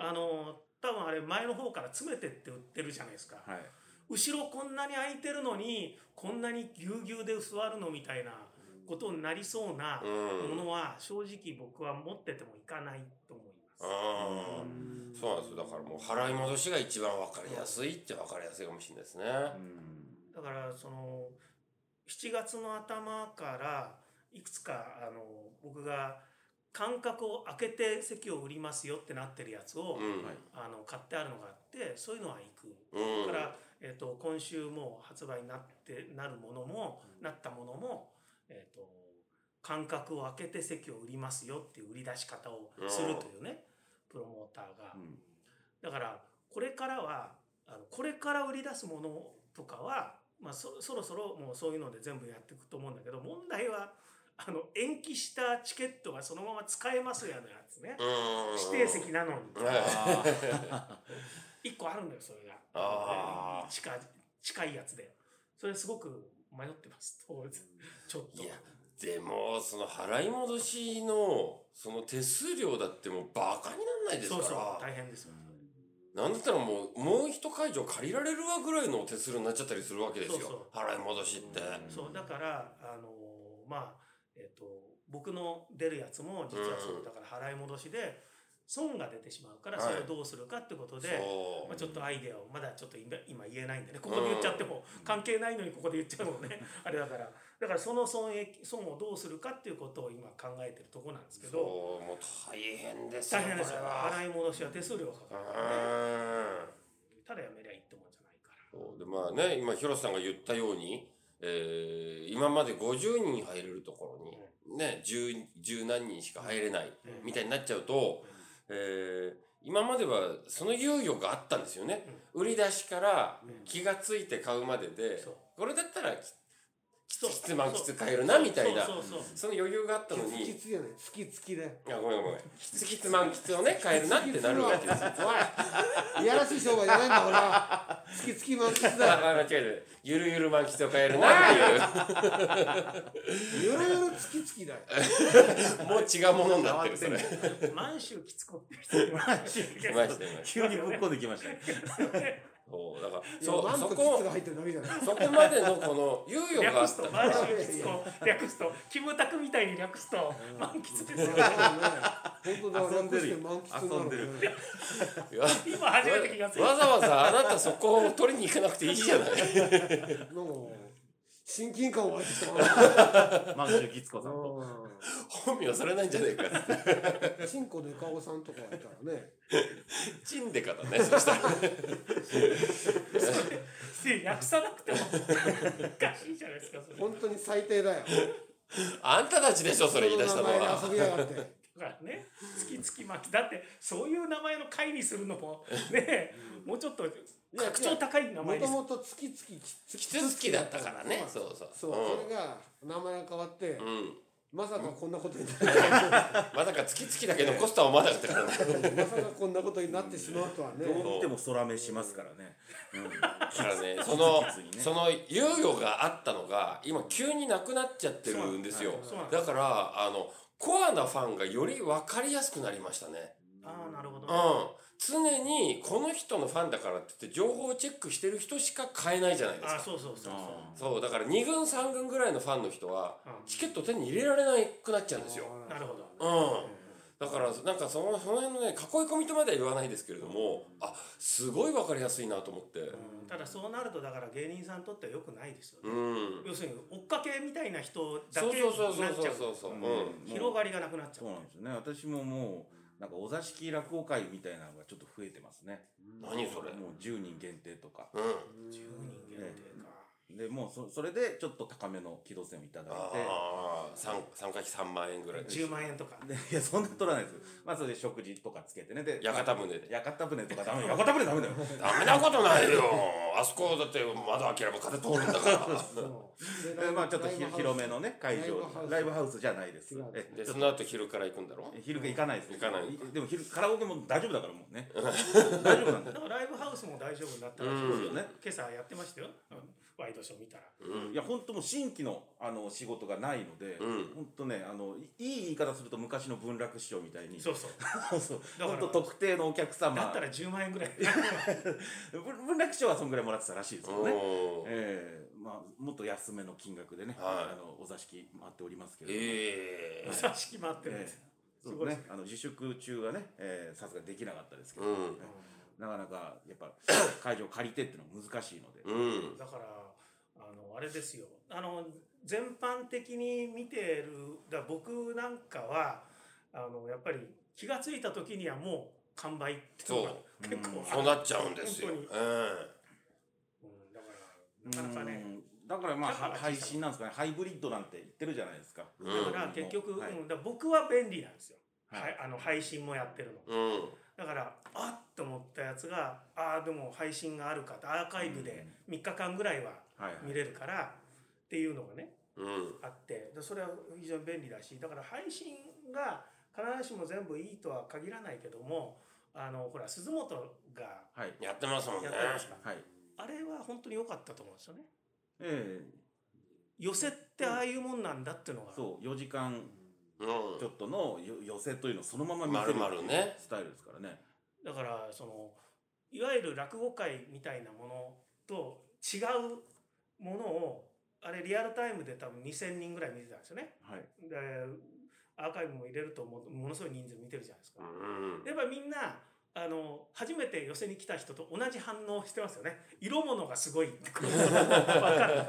Speaker 2: ん。
Speaker 3: あの多分あれ前の方から詰めてって売ってるじゃないですか、
Speaker 1: はい。
Speaker 3: 後ろこんなに空いてるのにこんなにぎゅうぎゅうで座るのみたいなことになりそうな
Speaker 2: うん
Speaker 3: ものは正直僕は持っててもいかないと思います。
Speaker 2: あーそうなんですよだからもう払い戻しが一番分かりやすいって分かりやすいかもしれないですね。
Speaker 3: だからその7月の頭からいくつかあの僕が間隔を空けて席を売りますよってなってるやつ
Speaker 2: う
Speaker 3: を、
Speaker 2: ん
Speaker 1: はい
Speaker 3: あの買ってあるのがあってそういうのは行く。
Speaker 2: うん
Speaker 3: だから、えっと今週もう発売になってなるものもなったものも、えっと間隔を空けて席を売りますよっていう売り出し方をするというね、プロモーターが。だからこれからはあのこれから売り出すものとかは、まあ、そそろそろもうそういうので全部やっていくと思うんだけど問題はあの延期したチケットがそのまま使えますやのやつね
Speaker 2: うん
Speaker 3: 指定席なのに
Speaker 2: はい
Speaker 3: 1個あるんだよそれが
Speaker 2: あー
Speaker 3: 近近いやつでそれすごく迷ってます当然ちょっと
Speaker 2: いや でもその払い戻しのその手数料だってもうバカになんないですか
Speaker 3: そう
Speaker 2: ら
Speaker 3: そう大変ですよ
Speaker 2: なんだったらもうもう一会場借りられるわぐらいの手数料になっちゃったりするわけですよ
Speaker 3: そうそ
Speaker 2: 払い戻しって。
Speaker 3: そうだからあのまあえっ、と僕の出るやつも実はそううんだから払い戻しで損が出てしまうから
Speaker 2: は
Speaker 3: そ
Speaker 2: い
Speaker 3: れをどうするかってことで、
Speaker 2: そ
Speaker 3: まあ、ちょっとアイデアをまだちょっと今今言えないんでねここで言っちゃっても関係ないのにここで言っちゃうのねあれだからだからその損益損をどうするかっていうことを今考えてるとこなんですけ
Speaker 2: う
Speaker 3: ど
Speaker 2: そうもう大変ですよ
Speaker 3: 大変ですよ
Speaker 2: これは
Speaker 3: 払い戻しは手数料がかかるからね
Speaker 2: うん
Speaker 3: ただやめりゃいいってもんじゃないから。
Speaker 2: そうでまあね今広瀬さんが言ったように、えー今まで50人入れるところに、ね、10, 10何人しか入れない
Speaker 3: うん
Speaker 2: みたいになっちゃうと、えー今まではその猶予があったんですよね、売り出しから
Speaker 3: うん
Speaker 2: 気がついて買うまでで、
Speaker 3: そう
Speaker 2: これだったらきき
Speaker 3: そう
Speaker 2: つきつ満喫買えるなみたいな
Speaker 3: そうそうそう
Speaker 2: その余裕があったの
Speaker 4: き
Speaker 2: に。
Speaker 4: つじゃないつきつきだよ
Speaker 2: いやごめんごめんきつきつ満喫をね買えるなってなるわけですよ。
Speaker 4: いやらしい商売じゃないんだ俺はつきつき満喫だよ
Speaker 2: あ間違えるゆるゆる満喫を買えるなっていう。
Speaker 4: ゆるゆるつきつきだよ
Speaker 2: もう違うものになってる、それ。
Speaker 3: 満州きつこって人いました
Speaker 2: いましたいまし
Speaker 1: 急にぶっこんできました ね。
Speaker 2: そう、だから、
Speaker 4: いや
Speaker 2: そ
Speaker 4: な
Speaker 2: う、
Speaker 4: ん
Speaker 2: そ
Speaker 4: ときつ
Speaker 2: こ
Speaker 4: が、入ってるだけじゃ ない
Speaker 2: そこまでのこの猶予があ
Speaker 3: 略
Speaker 2: っ
Speaker 3: す
Speaker 2: た。
Speaker 3: と満州きつこ略すとキムタクみたいに略すと満喫ですよ
Speaker 4: 本当だ
Speaker 1: 遊んでる
Speaker 4: 楽して満喫にな
Speaker 1: 遊
Speaker 4: る
Speaker 1: ん
Speaker 4: ね
Speaker 2: いや
Speaker 3: 今初めて気がついた
Speaker 2: わざわざあなたそこを取りに行かなくていいじゃない。
Speaker 4: なんか親近感を湧いてきたな
Speaker 1: 満州吉子さんと。
Speaker 4: う
Speaker 2: 本名されないんじゃないか。
Speaker 4: んチンコでかおさんとかいたらね
Speaker 2: チンデカだね、そしたら。
Speaker 3: し略さなくてもおかしいじゃないですかそれ
Speaker 4: 本当に最低だよ
Speaker 2: あんたたちでしょ、それ言い出したの
Speaker 4: 人名前で
Speaker 2: は。
Speaker 4: 遊びやがって
Speaker 3: だからね月月巻きだってそういう名前の会にするのもねもうちょっと格調高い名
Speaker 4: も
Speaker 3: 前
Speaker 4: と
Speaker 3: です
Speaker 4: もと月々きつ
Speaker 2: キ ツツキだったからね。そうそう。
Speaker 4: そう、それが名前が変わって、
Speaker 2: うん。うん。
Speaker 4: まさかこんなことになる
Speaker 2: まさか月々だけ残すとは思わなかったからね。
Speaker 4: まさかこんなことになってしまうとはね
Speaker 1: どう見ても空目しますからね。
Speaker 2: だから ね、その
Speaker 1: キツキツにね
Speaker 2: その猶予があったのが今急になくなっちゃってるんですよ。
Speaker 3: そうなんです
Speaker 2: だからあのコアなファンがより分かりやすくなりましたね。
Speaker 3: ああなるほど
Speaker 2: うん
Speaker 3: ね、
Speaker 2: 常にこの人のファンだからって言って情報をチェックしてる人しか買えないじゃないです
Speaker 3: あ
Speaker 2: か。
Speaker 3: そうそうそうそう
Speaker 1: あ
Speaker 2: そうだから2軍3軍ぐらいのファンの人は
Speaker 3: うん
Speaker 2: チケット手に入れられなくなっちゃうんですよ。
Speaker 3: なるほど
Speaker 2: うん、だからなんかそのその辺のね囲い込みとまでは言わないですけれどもあすごい分かりやすいなと思って。
Speaker 3: うんただそうなるとだから芸人さんにとっては良くないですよね、
Speaker 2: うん
Speaker 3: 要するに追っかけみたいな人だけ
Speaker 2: そう
Speaker 3: に
Speaker 2: そうそうそ
Speaker 3: なっ
Speaker 2: う
Speaker 3: ち
Speaker 2: そ
Speaker 3: ゃ
Speaker 2: うそう
Speaker 3: う
Speaker 2: そう、うん
Speaker 3: 広がりがなくなっちゃ
Speaker 1: そううなんですよね。私ももう、なんかお座敷落語会みたいなのがちょっと増えてますね。
Speaker 2: 何それ
Speaker 1: もう10人限定とか。
Speaker 2: うん
Speaker 3: 10人限定か、
Speaker 1: で、もうそそれでちょっと高めの軌道線をいただいて。
Speaker 2: ああ参参加費3万円ぐらい
Speaker 3: 10万円 とか
Speaker 1: でいや、そんな取らないですよ。まあ、それで食事とかつけてね。で、
Speaker 2: 屋形船で
Speaker 1: 屋形船とかダメ。屋形船ダメだよ。
Speaker 2: ダメなことないよ あそこだって窓開ければ風通るんだから
Speaker 4: ど
Speaker 1: でまあ、ちょっとひ広めのね、会場
Speaker 4: ライブハウ。ス
Speaker 1: ライブハウスじゃないです
Speaker 4: 違う。
Speaker 1: え
Speaker 2: でその後昼から行くんだろ
Speaker 1: え昼行かないです。
Speaker 2: 行かない
Speaker 1: でも昼、カラオケも大丈夫だからもうね。大丈夫なんだ
Speaker 3: だ
Speaker 1: よ。
Speaker 3: からライブハウスも大丈夫になったらしいですよね、今朝やってましたよ、ワイドショー見たら
Speaker 1: いや本当もう新規のあの仕事がないので、
Speaker 2: うん
Speaker 1: 本当ねあのいいい言い方すると昔の文楽師匠みたいに
Speaker 3: そうそう
Speaker 1: そうそう
Speaker 3: だか
Speaker 1: 本
Speaker 3: ら
Speaker 1: 当特定のお客様
Speaker 3: だったら10万円ぐらい
Speaker 1: 文文楽師匠はそんぐらいももらってたらしいですけどね。
Speaker 2: おー
Speaker 1: ええまあ、もっと安めの金額でね、
Speaker 2: はい
Speaker 1: あのお座敷回っておりますけれども、
Speaker 2: ええ
Speaker 3: お座敷待ってる
Speaker 1: え
Speaker 3: んですよ。
Speaker 1: え
Speaker 3: す
Speaker 1: そう
Speaker 3: ごい
Speaker 1: で
Speaker 3: ですす
Speaker 1: ね、あの自粛中はね、ええさすがにできなかったですけど、
Speaker 2: うん
Speaker 1: ええなかなかやっぱ会場借りてっていうのは難しいので、
Speaker 2: うん
Speaker 3: だからあのあれですよあの全般的に見てるだ僕なんかはあのやっぱり気がついた時にはもう完売っていうのが
Speaker 1: そう
Speaker 3: 結構あ
Speaker 2: そうなっちゃうんですよ。
Speaker 3: 本
Speaker 2: う
Speaker 3: 当
Speaker 2: ん
Speaker 3: に。うんだからなかなかね、
Speaker 1: うんだからまあ
Speaker 3: キャパ
Speaker 1: は
Speaker 3: が小さい
Speaker 1: 配信なんですかねハイブリッドなんて言ってるじゃないですか、
Speaker 2: うん
Speaker 3: だから結局、
Speaker 1: はい
Speaker 3: うんだから僕は便利なんですよ、
Speaker 1: はい
Speaker 3: はい、あの配信もやってるの
Speaker 2: うん。
Speaker 3: だからあっと思ったやつがああでも配信があるかとアーカイブで3日間ぐらいは
Speaker 1: はいはい
Speaker 3: 見れるからっていうのがね
Speaker 2: うん。
Speaker 3: あってでそれは非常に便利だしだから配信が必ずしも全部いいとは限らないけどもあのほら鈴本が
Speaker 1: はい
Speaker 2: やってますもんね
Speaker 3: やっ。てますか
Speaker 1: はい
Speaker 3: あれは本当に良かったと思うんですよね
Speaker 1: え
Speaker 3: 寄せってああいうもんなんだっていうの
Speaker 1: え
Speaker 3: が
Speaker 1: そう4時間ち
Speaker 2: う
Speaker 1: ょっとのよ寄せというのをそのまま
Speaker 2: ん。
Speaker 1: 見
Speaker 2: ま
Speaker 1: せ
Speaker 2: る
Speaker 1: る
Speaker 2: まるね。
Speaker 1: スタイルですからね
Speaker 3: だからそのいわゆる落語会みたいなものと違うものをあれリアルタイムで多分2,000人ぐらい見てたんですよね。
Speaker 1: はい
Speaker 3: でアーカイブも入れるともうものすごい人数見てるじゃないですか
Speaker 2: う。ん。
Speaker 3: やっぱみんなあの初めて寄せに来た人と同じ反応してますよね色物がすごいっ てことがわかる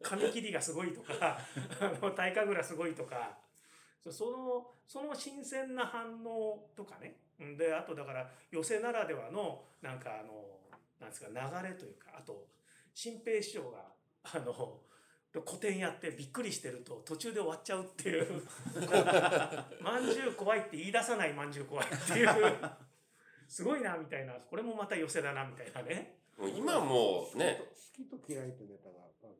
Speaker 3: 髪切りがすごいとかあの体格がすごいとかそそのその新鮮な反応とかねうんであとだから寄せならではのなんかあのなんですか流れというかあと新平師匠があの古典やってびっくりしてると途中で終わっちゃうっていうまんじゅう怖いって言い出さないまんじゅう怖いっていうすごいなみたいなこれもまた寄せだなみたいなね
Speaker 2: もう今もうね。
Speaker 4: 好きと嫌いってネタがある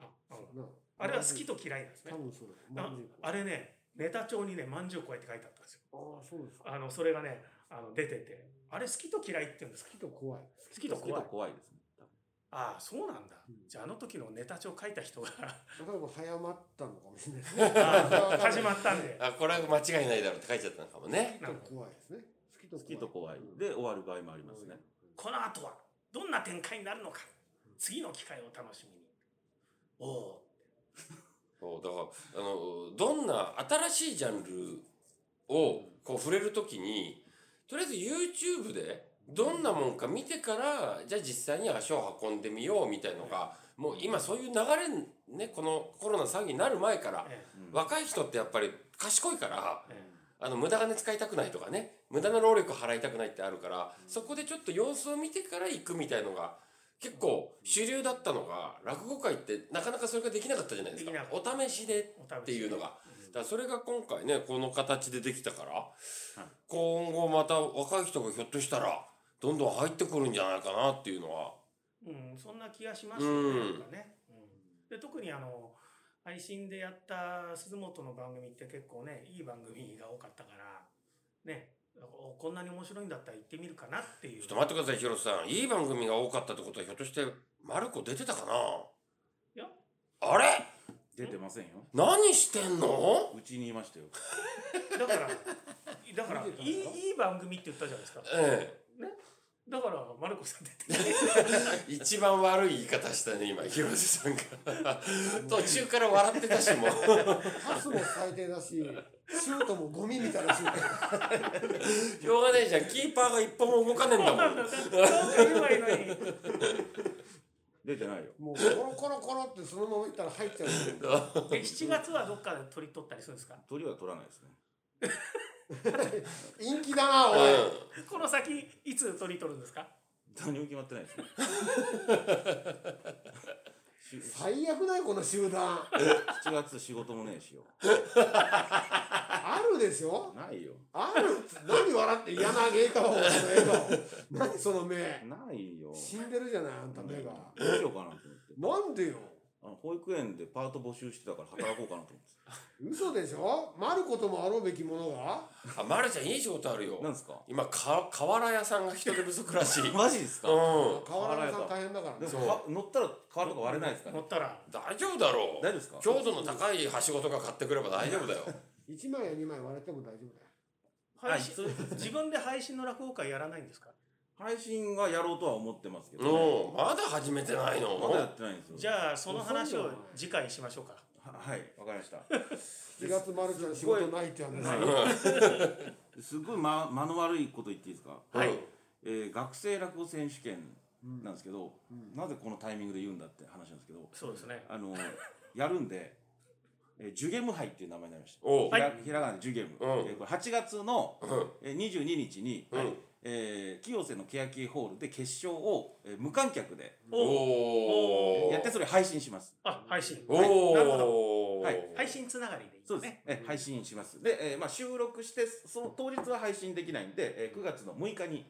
Speaker 3: あうん
Speaker 4: な
Speaker 3: あれは好きと嫌いなんですね
Speaker 4: 多分そうだ
Speaker 3: あ
Speaker 4: まんじゅう
Speaker 3: あれねネタ帳にねまんじゅう怖いって書いてあったんですよ
Speaker 4: ああそうですか
Speaker 3: あのそれがねあの出ててあれ好きと嫌いって言うんですか
Speaker 4: 好きと怖い
Speaker 3: 好きと
Speaker 1: 好きと
Speaker 3: 怖
Speaker 1: 怖
Speaker 3: い
Speaker 1: いですね多分
Speaker 3: ああそうなんだ
Speaker 4: うん
Speaker 3: じゃああの時のネタ帳書いた人が
Speaker 4: 例えば早まったのかもしれないですね
Speaker 3: ああ始まったんで
Speaker 2: あ、これは間違いないだろうって書いちゃったのかもね。
Speaker 4: 好きと怖いですね好
Speaker 1: 好きと怖い
Speaker 4: うん
Speaker 1: で終わる場合もありますね
Speaker 3: この後はどんな展開になるのか次の機会を楽しみにおお
Speaker 2: そう、だから、あの、どんな新しいジャンルをこう触れるときに、とりあえず YouTube でどんなもんか見てから、じゃあ実際に足を運んでみようみたいのが、もう今そういう流れ、ね、このコロナ騒ぎになる前から、
Speaker 3: え
Speaker 1: うん
Speaker 2: 若い人ってやっぱり賢いから、
Speaker 3: ええ
Speaker 2: あの、無駄金使いたくないとかね、無駄な労力払いたくないってあるから、そこでちょっと様子を見てから行くみたいのが、結構主流だったのが、落語界ってなかなかそれができなかったじゃないですか
Speaker 3: できなか。
Speaker 2: お試しで
Speaker 3: えお試し
Speaker 2: っていうのが。だからそれが今回ね、この形でできたから、
Speaker 1: い
Speaker 2: 今後また若い人がひょっとしたら、どんどん入ってくるんじゃないかなっていうのは。
Speaker 3: うん、そんな気がしますよ
Speaker 2: う
Speaker 3: ね。
Speaker 2: ん
Speaker 3: なんかねうん、で特にあの配信でやった鈴本の番組って結構ねいい番組が多かったからねおこんなに面白いんだったら行ってみるかなっていう。
Speaker 2: ちょっと待ってください、ヒロさん。いい番組が多かったってことは、ひょっとして、マルコ出てたかない
Speaker 3: や
Speaker 2: あれ
Speaker 1: 出てませんよ
Speaker 2: 何してんの
Speaker 1: うちにいましたよ
Speaker 3: だからだから
Speaker 4: 見てた
Speaker 3: い
Speaker 4: の
Speaker 3: いいい番組って言ったじゃないですか。
Speaker 2: え
Speaker 3: だからマルコさん出て
Speaker 2: え。 一番悪い言い方したね、今、ヒロさんが。途中から笑ってた し、もう。
Speaker 4: パスも最低だしシュートもゴミみたいなシュート
Speaker 2: しょうがないじゃん。キーパーが一歩も動かねえんだ
Speaker 3: そ
Speaker 2: も
Speaker 3: うなん
Speaker 2: ん。
Speaker 3: だ。そうか言えばいいのに。
Speaker 1: 出てないよ
Speaker 4: もうコロコロコロってそのままいったら入っちゃうけど
Speaker 3: で7月はどっかで取り取ったりするんですか。
Speaker 1: 鳥は取らないですね
Speaker 4: 陰気だなおい、
Speaker 2: う
Speaker 3: この先いつ取り取るんですか。
Speaker 1: 何も決まってないですねし
Speaker 4: 最悪だよこの集団
Speaker 1: 7月仕事もねえしよ
Speaker 4: あるでしょ
Speaker 1: ないよ
Speaker 4: あるっつ何笑って嫌な芸かお前の笑顔何その目
Speaker 1: ないよ
Speaker 4: 死んでるじゃないあんた目が
Speaker 1: どうしようかなと思って
Speaker 4: なんでよ
Speaker 1: あの保育園でパート募集してたから働こうかなと思って
Speaker 4: 嘘でしょマルコともあろうべきものが
Speaker 2: ん。あ、マルちゃん、いい仕事あるよ。
Speaker 1: なんですか
Speaker 2: 今か瓦屋さんが人手不足らしいうん
Speaker 1: マジですか
Speaker 4: 河原さん大変だから
Speaker 1: で
Speaker 4: ね
Speaker 1: もか乗ったら変わるとか割れないですか
Speaker 3: 乗
Speaker 1: ね
Speaker 3: ったら。
Speaker 2: 大丈夫だ
Speaker 1: 大
Speaker 2: ろう
Speaker 1: 丈夫ですか
Speaker 2: 強度の高いはしごとか買ってくれば大丈夫だよ
Speaker 4: 1枚や2枚割れても大丈夫だよ
Speaker 1: は
Speaker 3: 配
Speaker 1: い
Speaker 3: 信
Speaker 1: そうです
Speaker 3: 自分で配信の落語会やらないんですか
Speaker 1: 配信はやろうとは思ってますけど、ね、
Speaker 2: おうまだ始めてないの
Speaker 1: まだやってないんですよ。
Speaker 3: じゃあその話
Speaker 4: 遅
Speaker 3: を
Speaker 4: いな
Speaker 3: 次回しましょうか。
Speaker 1: ははい、わかりました。
Speaker 4: 4月丸ちゃん仕事ないって話
Speaker 1: すごいすごい、ま、間の悪いこと言っていいですか、
Speaker 3: はい
Speaker 2: うん
Speaker 1: えー学生落語選手権なんですけど、なぜこのタイミングで言うんだって話なんですけど、
Speaker 3: そうですね。
Speaker 1: あの、やるんで、えー、ジュゲム杯っていう名前になりました。
Speaker 2: おう
Speaker 1: ひら
Speaker 3: は
Speaker 1: ひらがなでジュゲム、
Speaker 2: うん
Speaker 1: えーこれ8月の、えー、22日に、
Speaker 2: うん
Speaker 1: えー清瀬の欅ホールで決勝を、えー無観客で
Speaker 3: お
Speaker 2: お
Speaker 3: お
Speaker 2: ー
Speaker 1: やってそれ配信します。
Speaker 3: あ配信。
Speaker 2: お
Speaker 3: はいなるほど。
Speaker 2: お
Speaker 1: はい
Speaker 3: 配信つながりでいい
Speaker 1: そうです
Speaker 3: ね。
Speaker 1: ね。え配信します。で、えーまあ、収録して、その当日は配信できないんで、えー9月の6日に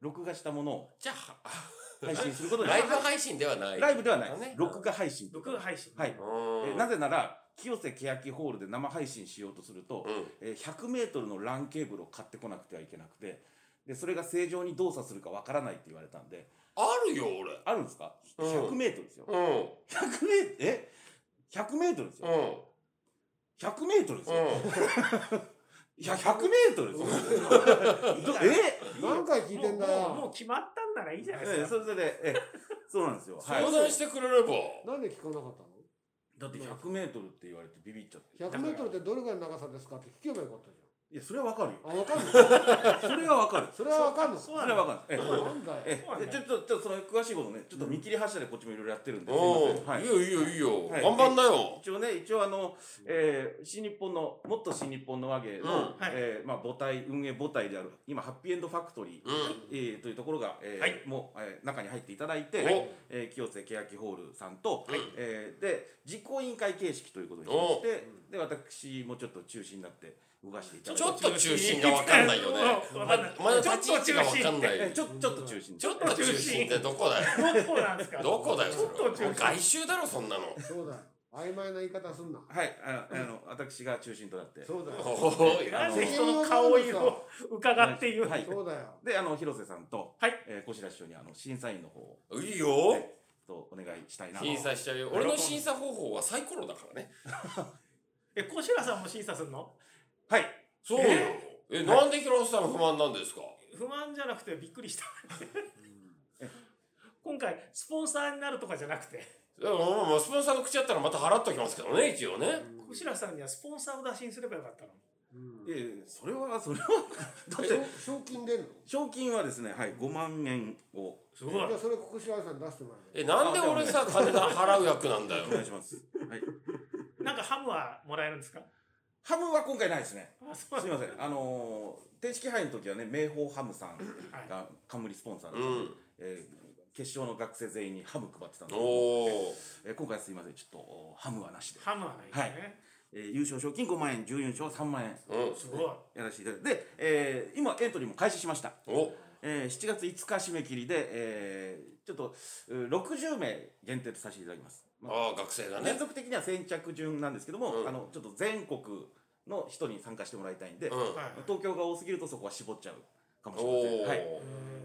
Speaker 1: 録画したものを
Speaker 2: じゃあは
Speaker 1: 配信することに
Speaker 2: ライブ配信ではない
Speaker 1: ライブではない
Speaker 2: ね。
Speaker 1: 録画配信。
Speaker 3: 録画配信。
Speaker 1: はい。
Speaker 2: うん
Speaker 1: えーなぜなら、清瀬欅ホールで生配信しようとすると、
Speaker 2: うん
Speaker 1: えー100メートルのランケーブルを買ってこなくてはいけなくて、で、それが正常に動作するかわからないって言われたんで、
Speaker 2: あるよ俺
Speaker 1: あるんですか
Speaker 2: うん
Speaker 1: ?100 メートルですよ。
Speaker 2: うん
Speaker 1: 100メートル、え ?100 メートルですよ。
Speaker 2: うん
Speaker 1: 100メートルですよ。いや、100メートル ですよ。どえ
Speaker 4: 何回聞いてんだ
Speaker 3: もうもうも
Speaker 4: よ
Speaker 3: う決まったんならいいじゃないです
Speaker 1: ええ
Speaker 3: か。
Speaker 1: それそれで、ええ、そうなんですよ。はい
Speaker 2: 相。談してくれれば
Speaker 4: なんで聞かなかったの
Speaker 1: だって100メートルって言われてビビっちゃって。
Speaker 4: 100メートルってどれぐらいの長さですかって聞けばよかったじ
Speaker 1: いや、それはわかるよ。
Speaker 4: ゃん。あ、わかんない。
Speaker 1: それはわかる。
Speaker 4: それはわかんない。
Speaker 3: そ
Speaker 1: そ
Speaker 3: うなん
Speaker 1: れ
Speaker 3: だ
Speaker 1: はわかる。ええ
Speaker 4: なんだよ。
Speaker 1: ええ、でちょっと、ちょっとその詳しいことね、ちょっと見切り発車でこっちもいろいろやってるんですいません。
Speaker 2: う
Speaker 1: は
Speaker 2: んいい
Speaker 1: い。
Speaker 2: よいいよいいよ
Speaker 1: はい
Speaker 2: 頑張んなよ
Speaker 1: 一応ね、一応あの、えー、新日本の、もっと新日本の和芸の、
Speaker 2: うん
Speaker 3: はい
Speaker 1: えーまあ母体、運営母体である、今、ハッピーエンドファクトリー、
Speaker 2: うん
Speaker 1: えーというところが、えー
Speaker 3: はい
Speaker 1: もう、えー中に入っていただい
Speaker 2: はい
Speaker 1: て、えー清瀬欅ホールさんと、
Speaker 2: はい
Speaker 1: えーで実行委員会形式ということにしましてで私もちょっと中心になって動かしていただい
Speaker 2: ち
Speaker 1: て
Speaker 2: ょっと中心がわかんないよね
Speaker 3: うんわかんない
Speaker 2: ままだ立ち位置がわかんない
Speaker 1: えーちょちょっと中心
Speaker 2: ちょっと中心ってどこだよ
Speaker 3: どこなんですか。
Speaker 2: どこだよ
Speaker 3: ちょっと
Speaker 2: それ
Speaker 3: 中
Speaker 2: 外
Speaker 3: 心。
Speaker 2: 周だろそんなの
Speaker 4: そうだよ。曖昧な言い方すんな。
Speaker 1: はいあのあの私が中心となって
Speaker 4: そうだよ。
Speaker 2: おい
Speaker 3: な
Speaker 1: あの
Speaker 3: ぜ人の顔色を伺っている。
Speaker 1: はい
Speaker 4: そうだよ。
Speaker 1: であの広瀬さんと、
Speaker 3: はい
Speaker 1: えー、小白師匠にあの審査員の方を
Speaker 2: いいよ
Speaker 1: ねとお願いしたいなと
Speaker 2: 審査しちゃうよ俺の審査方法はサイコロだからね
Speaker 3: え小白さんも審査するの？
Speaker 1: はい
Speaker 2: そうよえなんで広瀬さん不満なんですか
Speaker 3: 不満じゃなくてびっくりした。今回スポンサーになるとかじゃなくて、
Speaker 2: でもまあスポンサーの口やったらまた払っときますけどね一応ね
Speaker 3: 小白さんにはスポンサーを打診すればよかったのに。
Speaker 4: うん
Speaker 1: いやいやそれはそれはだって
Speaker 4: 賞賞金出んの
Speaker 1: 賞金はですねはい5万円を
Speaker 3: すごい
Speaker 4: じゃ。あそれ国士愛さんに出してもら
Speaker 2: えなんで俺さ金払う役なんだよ
Speaker 1: お願いします、はい、
Speaker 3: なんかハムはもらえるんですか？
Speaker 1: ハムは今回ないですね
Speaker 3: あ、 そう
Speaker 1: すみません、あのー、定式杯の時はね、明宝ハムさんが冠スポンサー
Speaker 2: う
Speaker 1: だったんで、
Speaker 2: ん
Speaker 1: えー決勝の学生全員にハム配ってたんですけ
Speaker 2: お
Speaker 1: ど、
Speaker 2: お
Speaker 1: えー今回はすみません、ちょっとおハムはなしで、
Speaker 3: ハムはないですね。
Speaker 1: えー優勝賞金5万円、準優勝3万円
Speaker 2: うん
Speaker 3: すごい。
Speaker 1: やらせていただいて、で、えー今エントリーも開始しました。
Speaker 2: お
Speaker 1: えー7月5日締め切りで、えーちょっとうー60名限定とさせていただきます。まあ
Speaker 2: ああ学生だね
Speaker 1: 連続的には先着順なんですけども、
Speaker 2: うん
Speaker 1: あのちょっと全国の人に参加してもらいたいんで、
Speaker 2: うん
Speaker 3: はい。
Speaker 1: 東京が多すぎるとそこは絞っちゃうかもし
Speaker 2: お
Speaker 1: れませ
Speaker 2: お
Speaker 1: ん。はい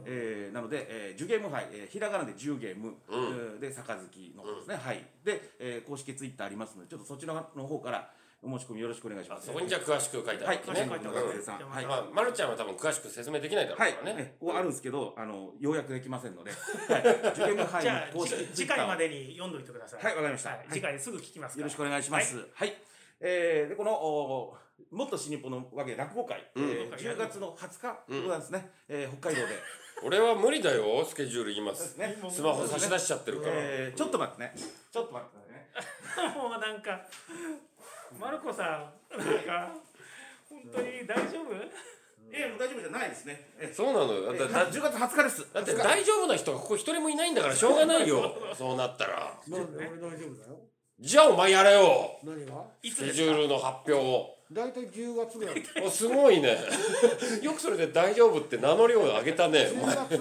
Speaker 1: えーなので、えー、10ゲーム杯、えーひらがなで10ゲーム、
Speaker 2: うん
Speaker 1: えーで、杯の方ですね、はい。で、えー公式ツイッターありますので、ちょっとそちらの方からお申し込みよろしくお願いし
Speaker 2: あ
Speaker 1: ます。
Speaker 2: そこにじゃあ詳しく書いてあるわけ
Speaker 1: はい
Speaker 2: ね
Speaker 1: 詳しく書いてあるわけです
Speaker 3: うん
Speaker 1: はい
Speaker 2: まあまるちゃんは多分詳しく説明できないだろう
Speaker 1: はい、
Speaker 2: か
Speaker 1: ね
Speaker 2: らね、
Speaker 1: こうあるんですけど、あの、ようやくできませんので、はい、受験の範囲
Speaker 3: じゃあ
Speaker 1: 公
Speaker 3: じ
Speaker 1: 式ツイ
Speaker 3: 次
Speaker 1: ッター
Speaker 3: 回
Speaker 1: を
Speaker 3: までに読んどいてください。
Speaker 1: はいわかりました
Speaker 3: はい次回すぐ聞きますから。
Speaker 1: よろしくお願いします。はい、えーで、この、おーもっと新日本のわけ落語会、
Speaker 2: うん
Speaker 1: えー10月の20日でございますね、えー北海道で。
Speaker 2: 俺は無理だよスケジュール言います
Speaker 1: ね
Speaker 2: スマホ差し出しちゃってるから
Speaker 1: えーちょっと待ってね。ちょっと待ってくださいね。
Speaker 3: もうなんか、マルコさん、なんか、本当に大丈夫
Speaker 1: えー大丈夫じゃないですね。え
Speaker 2: そうなのよだ
Speaker 1: ー
Speaker 2: だ
Speaker 1: だ10月20日です。
Speaker 2: だって大丈夫な人がここ一人もいないんだからしょうがないよそうなったら
Speaker 4: うよ。なんで俺大丈夫だよ。
Speaker 2: じゃあお前やれよ
Speaker 4: 何が
Speaker 3: いつ
Speaker 2: スケ
Speaker 3: で
Speaker 2: ジ
Speaker 3: す
Speaker 2: ュー
Speaker 3: か
Speaker 2: ルの発表を
Speaker 4: 大体10月ぐ らい。10
Speaker 2: おすごいねよくそれで大丈夫って名乗りを上げたねお前
Speaker 4: 月
Speaker 3: い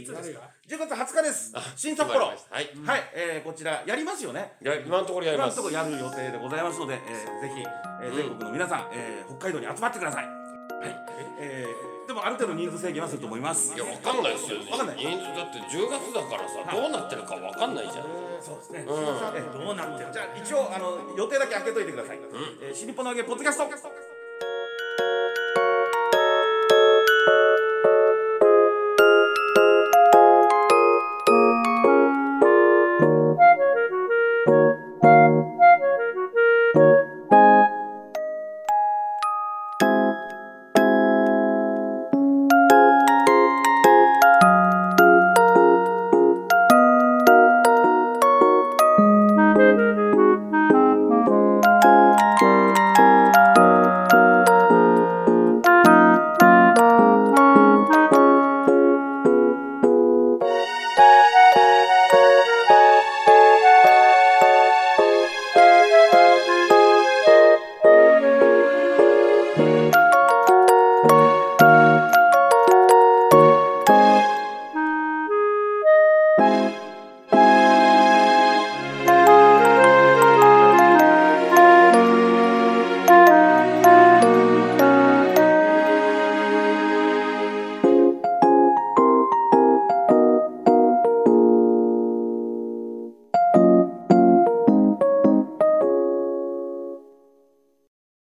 Speaker 4: に
Speaker 3: つ
Speaker 4: な
Speaker 3: で
Speaker 4: る
Speaker 3: す
Speaker 4: よ。
Speaker 3: か
Speaker 1: 10月20日です。新札幌。
Speaker 2: 決まり
Speaker 1: は
Speaker 2: ましたはい
Speaker 1: い、えーこちらやりますよね。
Speaker 2: いや今のところやり
Speaker 1: 今
Speaker 2: ま
Speaker 1: の
Speaker 2: す
Speaker 1: ところやる予定でございますので、えーぜひ、えー全国の皆さん、えー北海道に集まってください。はい。えーでもある程度人数制限はすると思います。
Speaker 2: いや、わかんないですよね。
Speaker 1: わかんない
Speaker 2: 人数だって10月だからさ、どうなってるかわかんないじゃん。
Speaker 1: そうですね。
Speaker 2: うん。
Speaker 1: えー
Speaker 3: どうなってる
Speaker 1: じゃあ一応あの予定だけ開けといてください。えー、新日本の揚げポッドキャスト。